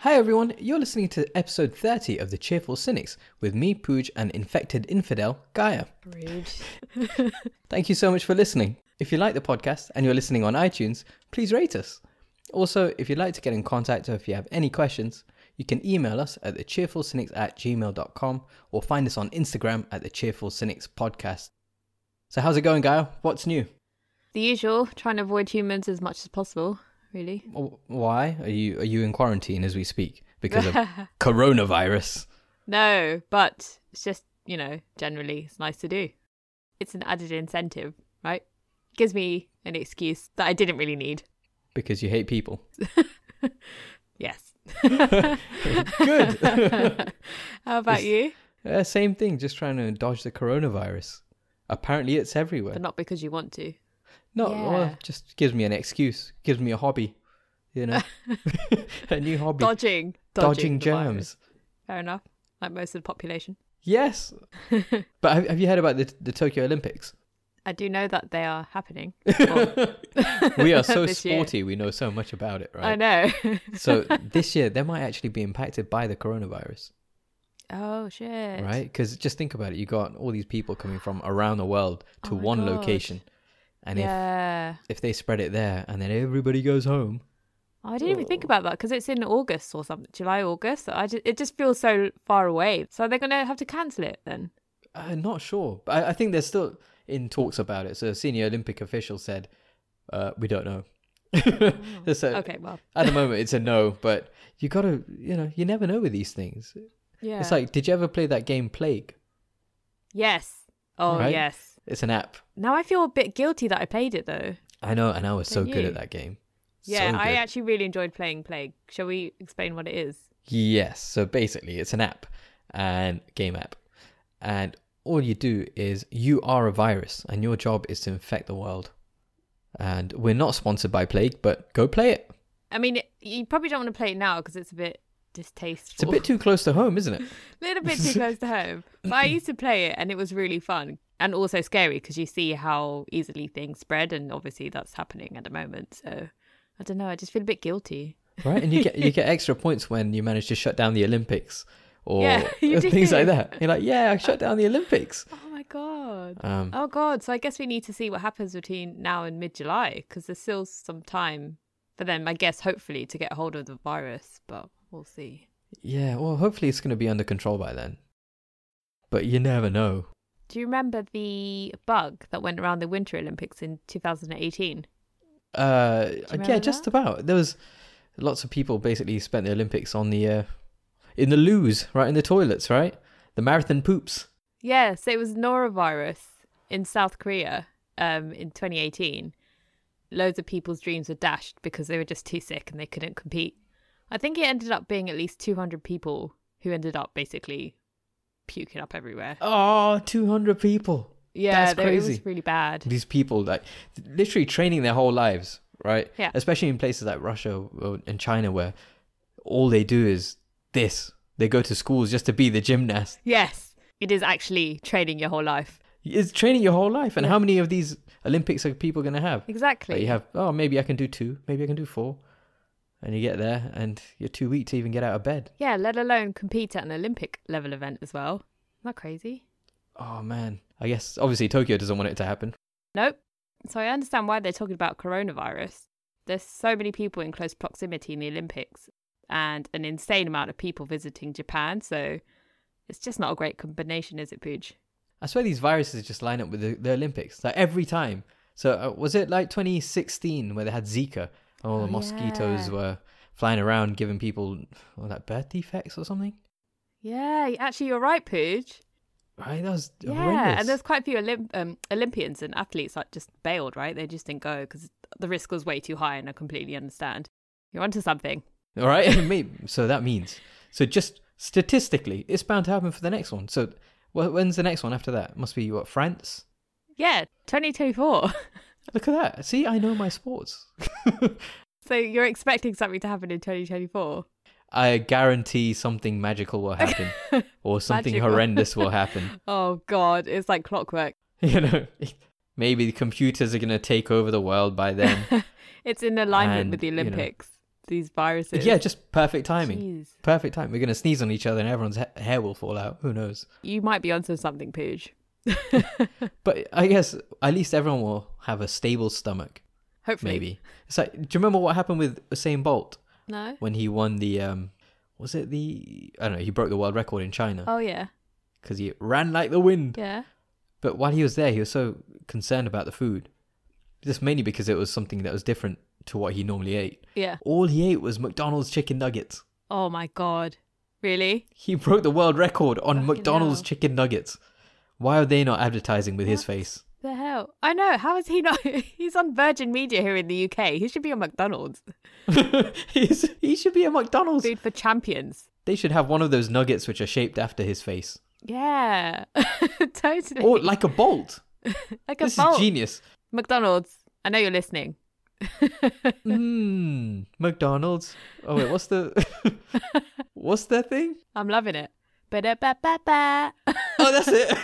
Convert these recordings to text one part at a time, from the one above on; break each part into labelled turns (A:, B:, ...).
A: Hi everyone, you're listening to episode 30 of The Cheerful Cynics with me, Pooj, and infected infidel, Gaia.
B: Rude.
A: Thank you so much for listening. If you like the podcast and you're listening on iTunes, please rate us. Also, if you'd like to get in contact or if you have any questions, you can email us at thecheerfulcynics at gmail.com or find us on Instagram at the Cheerful Cynics Podcast. So how's it going, Gaia? What's new?
B: The usual, trying to avoid humans as much as possible, really.
A: W- Why are you are you in quarantine as we speak because of coronavirus?
B: no, but it's just, you know, generally it's nice to do. It's an added incentive, right? Gives me an excuse that I didn't really need.
A: Because you hate people.
B: Yes.
A: Good.
B: How about
A: Is-
B: you?
A: Uh, same thing, just trying to dodge the coronavirus. Apparently, it's everywhere.
B: But not because you want to.
A: No, well,
B: Yeah.
A: just gives me an excuse, gives me a hobby, you know, a new hobby,
B: Dodging.
A: dodging,
B: the virus.
A: germs.
B: Fair enough. Like most of the population.
A: Yes, but have, have you heard about the the Tokyo Olympics?
B: I do know that they are happening. Well,
A: We are so
B: This year.
A: sporty, we know so much about it,
B: I
A: right?
B: know.
A: so this year, they might actually be impacted by the coronavirus,
B: oh, shit.
A: right? Because just think about it, you got all these people coming from around the world to
B: Oh my
A: one
B: God.
A: location, and if
B: yeah.
A: if they spread it there, and then everybody goes home.
B: Oh, I didn't even think about that because it's in August or something, July, August. I just, it just feels so far away. So they're going to have to cancel it then.
A: Uh, not sure, but I, I think they're still in talks about it. So a senior Olympic official said, uh, "We don't know." so
B: Okay, well,
A: at the moment, it's a no. But you gotta, you know, you never know with these things.
B: yeah.
A: It's like, did you ever play that game Plague?
B: yes. Oh,
A: Right?
B: yes.
A: It's an app.
B: Now I feel a bit guilty that I played it though.
A: I know, and I was so
B: Don't
A: good at
B: you?
A: that game.
B: Yeah,
A: So
B: I
A: good.
B: actually really enjoyed playing Plague. Shall we explain what it is?
A: Yes. So basically, it's an app and game app, and all you do is you are a virus, and your job is to infect the world. And we're not sponsored by Plague, but go play it.
B: I mean, it, you probably don't want to play it now because it's a bit distasteful.
A: It's a bit too close to home, isn't it?
B: little bit too close to home. But I used to play it and it was really fun and also scary because you see how easily things spread and obviously that's happening at the moment. So I don't know, I just feel a bit guilty.
A: right? And you get you get extra points when you manage to shut down the Olympics or
B: Yeah, you
A: things like
B: do.
A: that. You're like, yeah, I shut down the Olympics.
B: Oh my god.
A: Um,
B: Oh god, so I guess we need to see what happens between now and mid July because there's still some time for them, I guess, hopefully, to get hold of the virus, but we'll see.
A: yeah, well, hopefully it's going to be under control by then. But you never know.
B: Do you remember the bug that went around the Winter Olympics in 2018?
A: Uh, yeah,
B: remember
A: just
B: that?
A: about. There was lots of people basically spent the Olympics on the uh, in the loos, right in the toilets, right? The marathon poops.
B: Yes, it was norovirus in South Korea um, in 2018. Loads of people's dreams were dashed because they were just too sick and they couldn't compete. I think it ended up being at least 200 people who ended up basically puking up everywhere.
A: Oh, 200 people.
B: Yeah,
A: that's
B: they- it
A: crazy.
B: was really bad.
A: these people like literally training their whole lives right
B: Yeah.
A: especially in places like russia or- and china where all they do is this they go to schools just to be the gymnast
B: Yes, it is actually training your whole life.
A: it's training your whole life and
B: Yeah.
A: how many of these olympics are people going to have
B: Exactly.
A: like you have oh maybe i can do two maybe i can do four and you get there and you're too weak to even get out of bed
B: yeah, let alone compete at an Olympic level event as well. Isn't that crazy?
A: oh man i guess obviously tokyo doesn't want it to happen
B: Nope. So I understand why they're talking about coronavirus. There's so many people in close proximity in the Olympics and an insane amount of people visiting Japan. So it's just not a great combination, is it, Pooj?
A: I swear these viruses just line up with the, the Olympics, like every time. So uh, was it like 2016 where they had Zika? All the
B: Oh,
A: mosquitoes
B: yeah.
A: were flying around giving people what, like birth defects or something.
B: Yeah, y- actually, you're right, Pooj.
A: Right, that was
B: Yeah.
A: horrendous.
B: And there's quite a few Olymp- um, Olympians and athletes that just bailed, right? They just didn't go because the risk was way too high, and I completely understand. You're onto something.
A: All right, maybe, so that means so just statistically, it's bound to happen for the next one. So wh- when's the next one after that? Must be what France.
B: Yeah, 2024.
A: Look at that. See, I know my sports.
B: so you're expecting something to happen in 2024?
A: I guarantee something magical will happen, or something
B: Magical.
A: horrendous will happen.
B: Oh, God. It's like clockwork.
A: you know maybe the computers are going to take over the world by then
B: it's in alignment
A: And,
B: with the
A: you know,
B: Olympics. these viruses.
A: Yeah, just perfect timing.
B: Jeez.
A: Perfect time. We're going to sneeze on each other and everyone's ha- hair will fall out. Who knows?
B: You might be onto something, Pooge.
A: But I guess at least everyone will have a stable stomach,
B: Hopefully.
A: maybe. It's like, do you remember what happened with Usain Bolt
B: No?
A: when he won the, um, was it the, I don't know, he broke the world record in China
B: Oh, yeah.
A: because he ran like the wind.
B: Yeah.
A: But while he was there, he was so concerned about the food. Just mainly because it was something that was different to what he normally ate.
B: Yeah.
A: All he ate was McDonald's chicken nuggets.
B: Oh, my God. Really?
A: He broke the world record on
B: Fucking
A: McDonald's
B: hell.
A: chicken nuggets. Why are they not advertising with his
B: What?
A: face?
B: The hell? I know. How is he not? He's on Virgin Media here in the UK. He should be on McDonald's.
A: He's, he should be at McDonald's.
B: Food for champions.
A: They should have one of those nuggets which are shaped after his face,
B: Yeah. totally.
A: or like a bolt.
B: like a
A: this
B: bolt.
A: is genius.
B: McDonald's. I know you're listening.
A: Mmm, McDonald's. Oh wait, what's the what's that thing?
B: I'm loving it. Ba-da-ba-ba-ba.
A: Oh, that's it.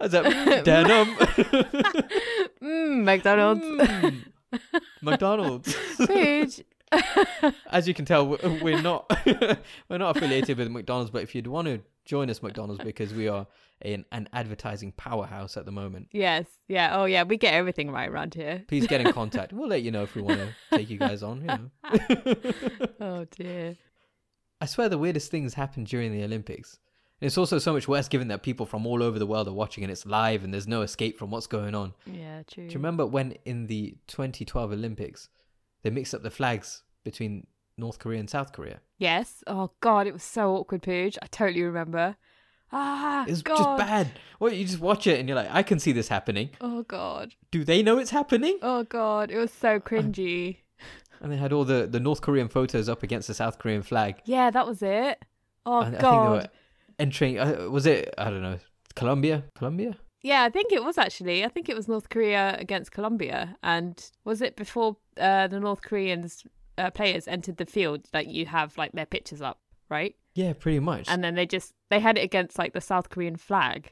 A: That's that denim.
B: Mmm, McDonald's.
A: Mm. McDonald's.
B: Pooge.
A: As you can tell, we're we're not we're not affiliated with McDonald's, but if you'd want to join us, McDonald's, because we are in an advertising powerhouse at the moment.
B: Yes. Yeah. Oh, yeah. We get everything right around here.
A: Please get in contact. We'll let you know if we want to take you guys on. You know.
B: Oh, dear.
A: I swear the weirdest things happen during the Olympics. And it's also so much worse given that people from all over the world are watching and it's live and there's no escape from what's going on.
B: Yeah, true.
A: Do you remember when in the 2012 Olympics they mixed up the flags between North Korea and South Korea?
B: Yes. Oh, God. It was so awkward, Pooge. I totally remember. Ah,
A: It was
B: God.
A: just bad. Well, you just watch it and you're like, I can see this happening.
B: Oh, God.
A: Do they know it's happening?
B: Oh, God. It was
A: Uh,
B: so cringy.
A: And they had all the, the North Korean photos up against the South Korean flag.
B: Yeah, that was it. Oh,
A: and
B: God.
A: I think they were entering. Uh, was it? I don't know. Colombia. Colombia.
B: Yeah, I think it was actually. I think it was North Korea against Colombia, and was it before uh, the North Koreans uh, players entered the field that you have like their pictures up, right?
A: Yeah, pretty much.
B: And then they just they had it against like the South Korean flag.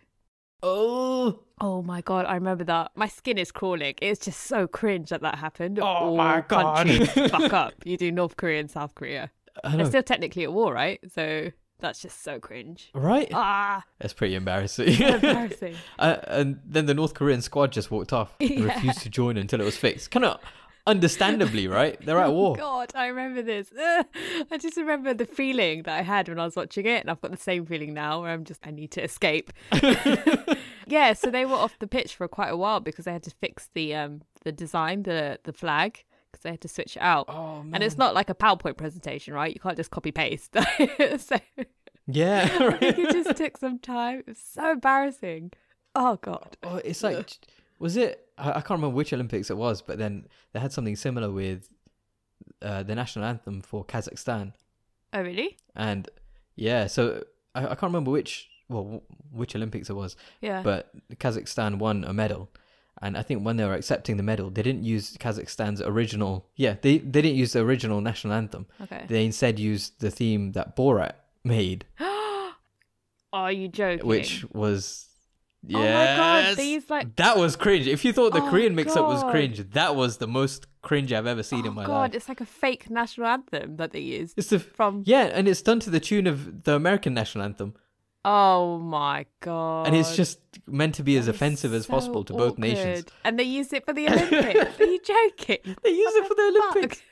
A: oh,
B: Oh my god, I remember that. My skin is crawling. It's just so cringe that that happened.
A: Oh
B: All
A: my God.
B: countries fuck up. You do North Korea and South Korea.
A: I
B: They're
A: know.
B: still technically at war, right? So that's just so cringe.
A: right.
B: Ah,
A: That's pretty embarrassing.
B: embarrassing.
A: uh, and then the North Korean squad just walked off and
B: Yeah.
A: refused to join until it was fixed. Kind of understandably, right? They're at war.
B: Oh, God, I remember this. Ugh. I just remember the feeling that I had when I was watching it, and I've got the same feeling now where I'm just, I need to escape. yeah, so they were off the pitch for quite a while because they had to fix the um the design, the the flag, because they had to switch it out.
A: Oh man.
B: and it's not like a PowerPoint presentation, right? You can't just copy paste. so
A: yeah.
B: I think
A: Right.
B: it just took some time. It was so embarrassing. Oh God.
A: Oh, it's like, was it? I, I can't remember which Olympics it was, but then they had something similar with uh, the national anthem for Kazakhstan.
B: Oh really?
A: And yeah, so I, I can't remember which well wh- which Olympics it was,
B: Yeah.
A: but Kazakhstan won a medal. And I think when they were accepting the medal, they didn't use Kazakhstan's original. Yeah, they they didn't use the original national anthem.
B: okay.
A: They instead used the theme that Borat made,
B: Are you joking?
A: which was
B: Oh my
A: yes,
B: God. These like
A: that was cringe. If you thought the
B: Oh,
A: Korean mix-up was
B: God.
A: cringe, that was the most cringe I've ever seen
B: oh
A: in my
B: God,
A: life.
B: it's like a fake national anthem that they used
A: It's the
B: from.
A: yeah, and it's done to the tune of the American national anthem.
B: Oh my God.
A: and it's just meant to be as
B: That is
A: offensive as
B: so
A: possible to both nations.
B: awkward. And they used it for the Olympics. Are you joking?
A: They use it for the
B: Fuck.
A: Olympics.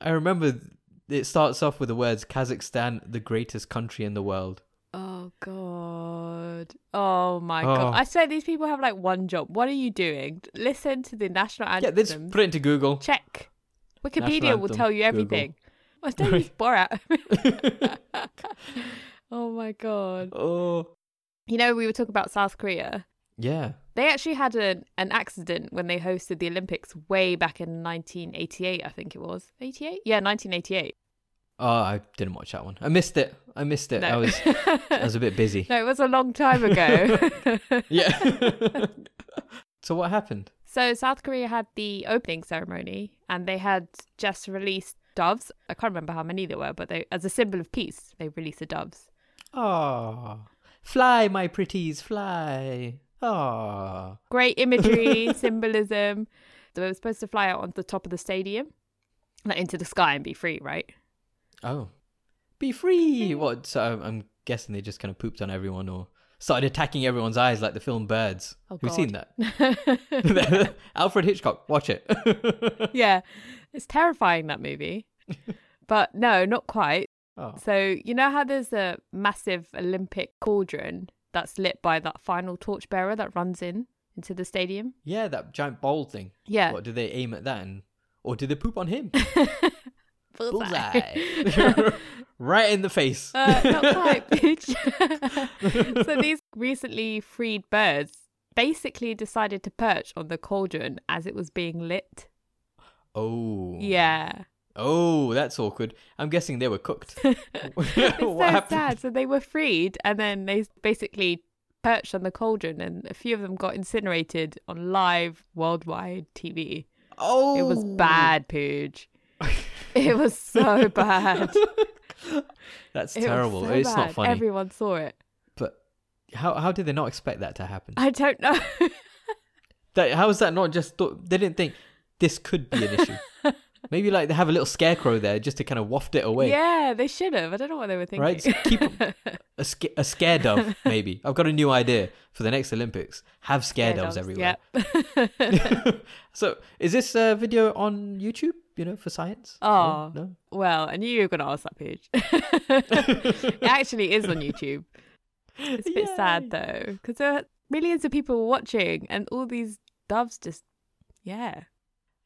A: I remember th- it starts off with the words Kazakhstan, the greatest country in the world.
B: Oh God. Oh my
A: Oh.
B: God. I swear these people have like one job. What are you doing? Listen to the national
A: Yeah,
B: anthem.
A: they just put it into Google.
B: Check. Wikipedia
A: National
B: will
A: anthem,
B: tell you
A: Google.
B: everything. I don't use Borat. oh my God.
A: Oh,
B: You know, we were talking about South Korea.
A: yeah.
B: They actually had an, an accident when they hosted the Olympics way back in 1988, I think it was. 88? Yeah, 1988.
A: Oh, I didn't watch that one. I missed it. I missed it. I was I was a bit busy.
B: no, it was a long time ago.
A: Yeah. so what happened?
B: so, South Korea had the opening ceremony and they had just released doves. I can't remember how many there were, but they, as a symbol of peace, they released the doves.
A: Ah, fly, my pretties, fly. Ah,
B: Great imagery, symbolism. They were supposed to fly out onto the top of the stadium like into the sky and be free, right?
A: Oh, be free! What? So I'm- I'm guessing they just kind of pooped on everyone or started attacking everyone's eyes like the film Birds.
B: Oh,
A: We've
B: God.
A: seen that. Alfred Hitchcock, watch it.
B: yeah, it's terrifying that movie. But no, not quite.
A: oh.
B: So, you know how there's a massive Olympic cauldron that's lit by that final torchbearer that runs in into the stadium?
A: Yeah, that giant bowl thing.
B: Yeah.
A: What do they aim at that? And, or do they poop on him?
B: Bullseye.
A: Bullseye. right in the face.
B: uh, not quite, bitch. so, these recently freed birds basically decided to perch on the cauldron as it was being lit.
A: oh.
B: Yeah.
A: Oh, that's awkward. I'm guessing they were cooked. Oh, what
B: It's so sad. So, they were freed and then they basically perched on the cauldron, and a few of them got incinerated on live worldwide TV.
A: Oh.
B: It was bad, Pooge. It was so bad.
A: That's
B: It was
A: terrible.
B: so
A: it's not
B: bad.
A: funny.
B: Everyone saw it.
A: But how how did they not expect that to happen?
B: I don't know.
A: That, how is that not just thought? They didn't think this could be an issue. Maybe like they have a little scarecrow there just to kind of waft it away.
B: Yeah, they should have. I don't know what they were thinking.
A: Right? So keep a, sca- a scare dove, maybe. I've got a new idea for the next Olympics. Have scare, doves, everywhere.
B: Yep.
A: so is this uh, video on YouTube? You know, for science?
B: Oh.
A: no.
B: well, I knew you were going to ask that, Pooge. it actually is on YouTube. It's a bit
A: Yay.
B: sad, though, because there are millions of people watching and all these doves just, yeah.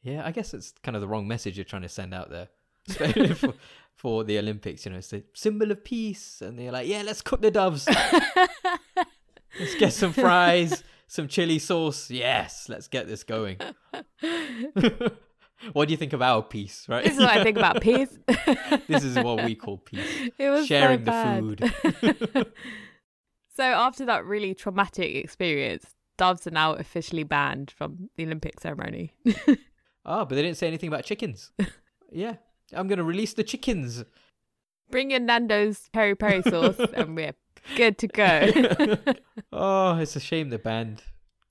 A: Yeah, I guess it's kind of the wrong message you're trying to send out there. Especially for, for the Olympics, you know, it's the symbol of peace. And they're like, yeah, let's cook the doves. let's get some fries, some chili sauce. Yes, let's get this going. what do you think of our peace, right?
B: This is what I think about peace.
A: This is what we call peace.
B: It was so
A: Sharing the
B: bad.
A: food.
B: So after that really traumatic experience, doves are now officially banned from the Olympic ceremony.
A: Ah, but they didn't say anything about chickens. Yeah, I'm going to release the chickens.
B: Bring in Nando's peri peri sauce, and we're good to go.
A: oh, it's a shame the band.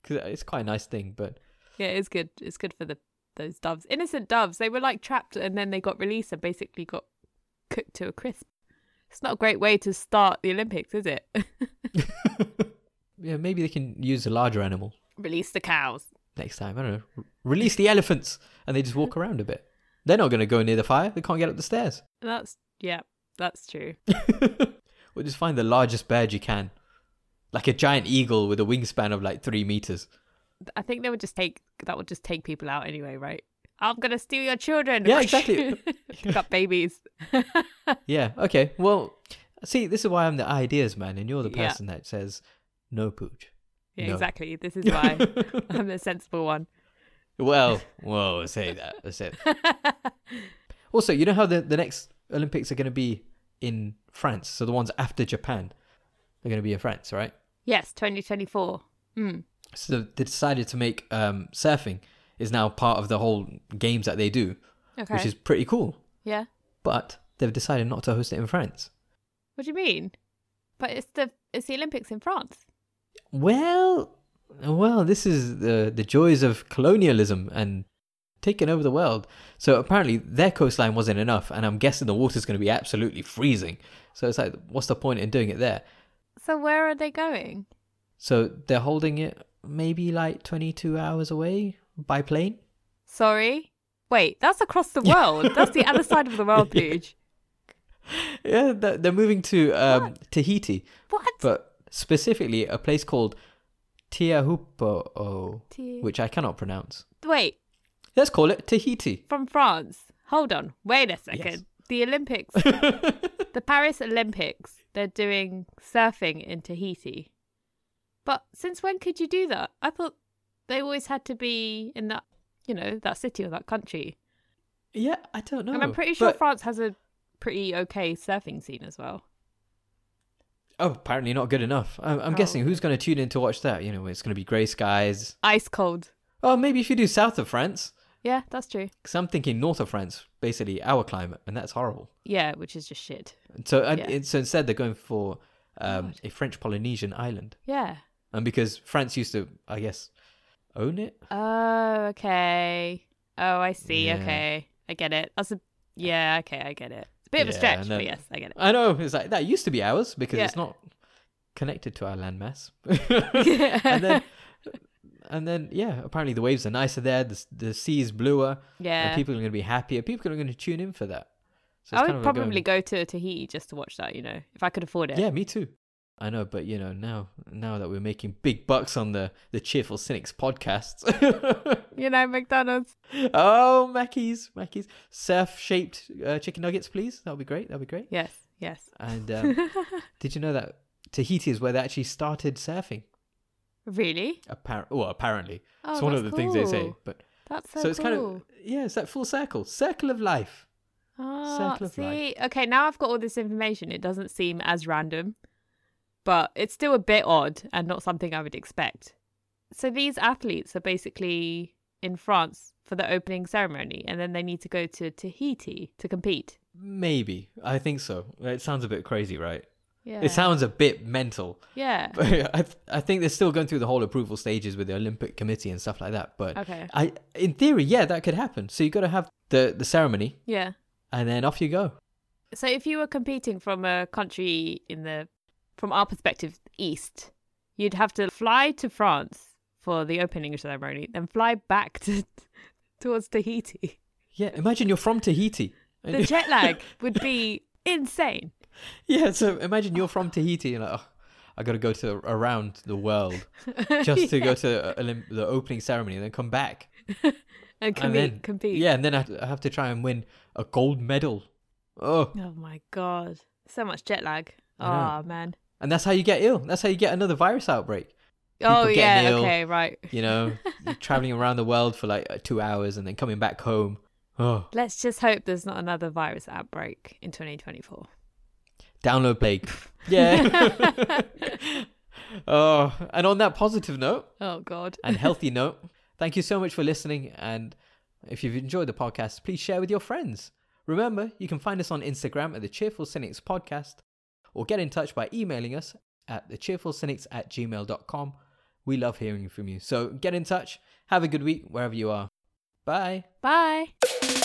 A: Cause it's quite a nice thing, but
B: yeah, it's good. It's good for the those doves, innocent doves. They were like trapped, and then they got released, and basically got cooked to a crisp. It's not a great way to start the Olympics, is it?
A: yeah, maybe they can use a larger animal
B: Release the cows.
A: next time. I don't know. R- Release the elephants, and they just walk around a bit. They're not going to go near the fire. They can't get up the stairs.
B: That's yeah, that's true.
A: We'll just find the largest bird you can, like a giant eagle with a wingspan of like three meters.
B: I think they would just take that would just take people out anyway, right? I'm gonna steal your children.
A: Yeah, exactly.
B: Got babies.
A: Yeah. Okay. Well, see, this is why I'm the ideas man, and you're the
B: Yeah.
A: person that says no pooch.
B: Yeah,
A: No.
B: exactly. This is why I'm the sensible one.
A: Well, whoa, say that. That's it. Also, you know how the, the next Olympics are going to be in France? So the ones after Japan are going to be in France, right?
B: Yes, 2024. Mm.
A: So they decided to make um, surfing is now part of the whole games that they do,
B: Okay.
A: which is pretty cool.
B: Yeah.
A: But they've decided not to host it in France.
B: What do you mean? But it's the it's the Olympics in France.
A: Well, well, this is the the joys of colonialism and taking over the world. So apparently their coastline wasn't enough, and I'm guessing the water's going to be absolutely freezing. So it's like, what's the point in doing it there?
B: So where are they going?
A: So they're holding it maybe like 22 hours away by plane.
B: Sorry. Wait, that's across the world. that's the other side of the world, Pooge.
A: Yeah, they're they're moving to um, Tahiti,
B: What?
A: but specifically a place called Tiahupo'o,
B: Ti-
A: which I cannot pronounce.
B: Wait,
A: Let's call it Tahiti.
B: from France. Hold on. Wait a second.
A: Yes.
B: The Olympics, the Paris Olympics, they're doing surfing in Tahiti. But since when could you do that? I thought they always had to be in that, you know, that city or that country.
A: yeah, I don't know.
B: and I'm pretty sure
A: but-
B: France has a pretty okay surfing scene as well.
A: Oh, apparently not good enough. I'm, I'm
B: Oh.
A: guessing who's going to tune in to watch that? You know, it's going to be grey skies.
B: Ice cold.
A: Oh, maybe if you do south of France.
B: Yeah, that's true.
A: Because I'm thinking north of France, basically our climate, and that's horrible.
B: Yeah, which is just shit.
A: So, and
B: Yeah.
A: it- so instead, they're going for um, a French Polynesian island,
B: Yeah.
A: and because France used to, I guess, own it.
B: Oh, okay. Oh, I see.
A: Yeah.
B: Okay. I get it. That's a yeah. Okay, I get it. It's a bit of a
A: Yeah,
B: stretch,
A: and
B: but
A: then-
B: yes, I get it.
A: I know. It's like that used to be ours because
B: Yeah.
A: it's not connected to our landmass. and
B: and
A: then, and then, yeah. Apparently, the waves are nicer there. The s- the sea is bluer.
B: yeah,
A: And people are going to be happier. People are going to tune in for that. So it's
B: I
A: kind
B: would
A: of a going-
B: probably go to Tahiti just to watch that. You know, if I could afford it.
A: Yeah, me too. I know, but you know, now now that we're making big bucks on the the Cheerful Cynics podcasts.
B: You know, McDonald's.
A: oh, Mackey's, Mackey's surf-shaped uh, chicken nuggets, please. That would be great. That would be great.
B: Yes. Yes.
A: And um, did you know that Tahiti is where they actually started surfing?
B: really?
A: Appar- well, apparently.
B: Oh,
A: it's one of the
B: that's
A: things they say,
B: cool.
A: but
B: That's so,
A: so, it's
B: cool.
A: kind of yeah, it's that full circle, circle of life.
B: Ah,
A: circle of life.
B: see, okay, now I've got all this information. It doesn't seem as random, but it's still a bit odd and not something I would expect. So these athletes are basically in France for the opening ceremony, and then they need to go to Tahiti to compete.
A: Maybe I think so. It sounds a bit crazy, right?
B: Yeah,
A: It sounds a bit mental.
B: yeah,
A: But I, th- I think they're still going through the whole approval stages with the Olympic Committee and stuff like that. But
B: okay,
A: I, in theory, yeah, that could happen. So you got to have the the ceremony,
B: yeah.
A: and then off you go.
B: So if you were competing from a country in the, from our perspective, east, you'd have to fly to France for the opening ceremony, then fly back to towards Tahiti.
A: Yeah, imagine you're from Tahiti. And-
B: the jet lag would be insane.
A: yeah, so imagine you're from Tahiti and like, oh, I got to go to around the world just to go to uh, Olymp- the opening ceremony and then come back.
B: and
A: and
B: compete,
A: then,
B: compete.
A: Yeah, and then I have, to, I have to try and win a gold medal. Oh,
B: Oh my god, so much jet lag.
A: I
B: Oh man.
A: and that's how you get ill. That's how you get another virus outbreak. People
B: oh
A: getting
B: yeah.
A: ill.
B: Okay. Right.
A: you know, traveling around the world for like uh, two hours and then coming back home. Oh,
B: Let's just hope there's not another virus outbreak in 2024.
A: download plague. Yeah. oh, and on that positive note
B: Oh god.
A: and healthy note, thank you so much for listening. And if you've enjoyed the podcast, please share with your friends. Remember, you can find us on Instagram at the Cheerful Cynics Podcast or get in touch by emailing us at the cheerfulcynics at gmail.com. We love hearing from you. So get in touch. Have a good week wherever you are. Bye.
B: Bye.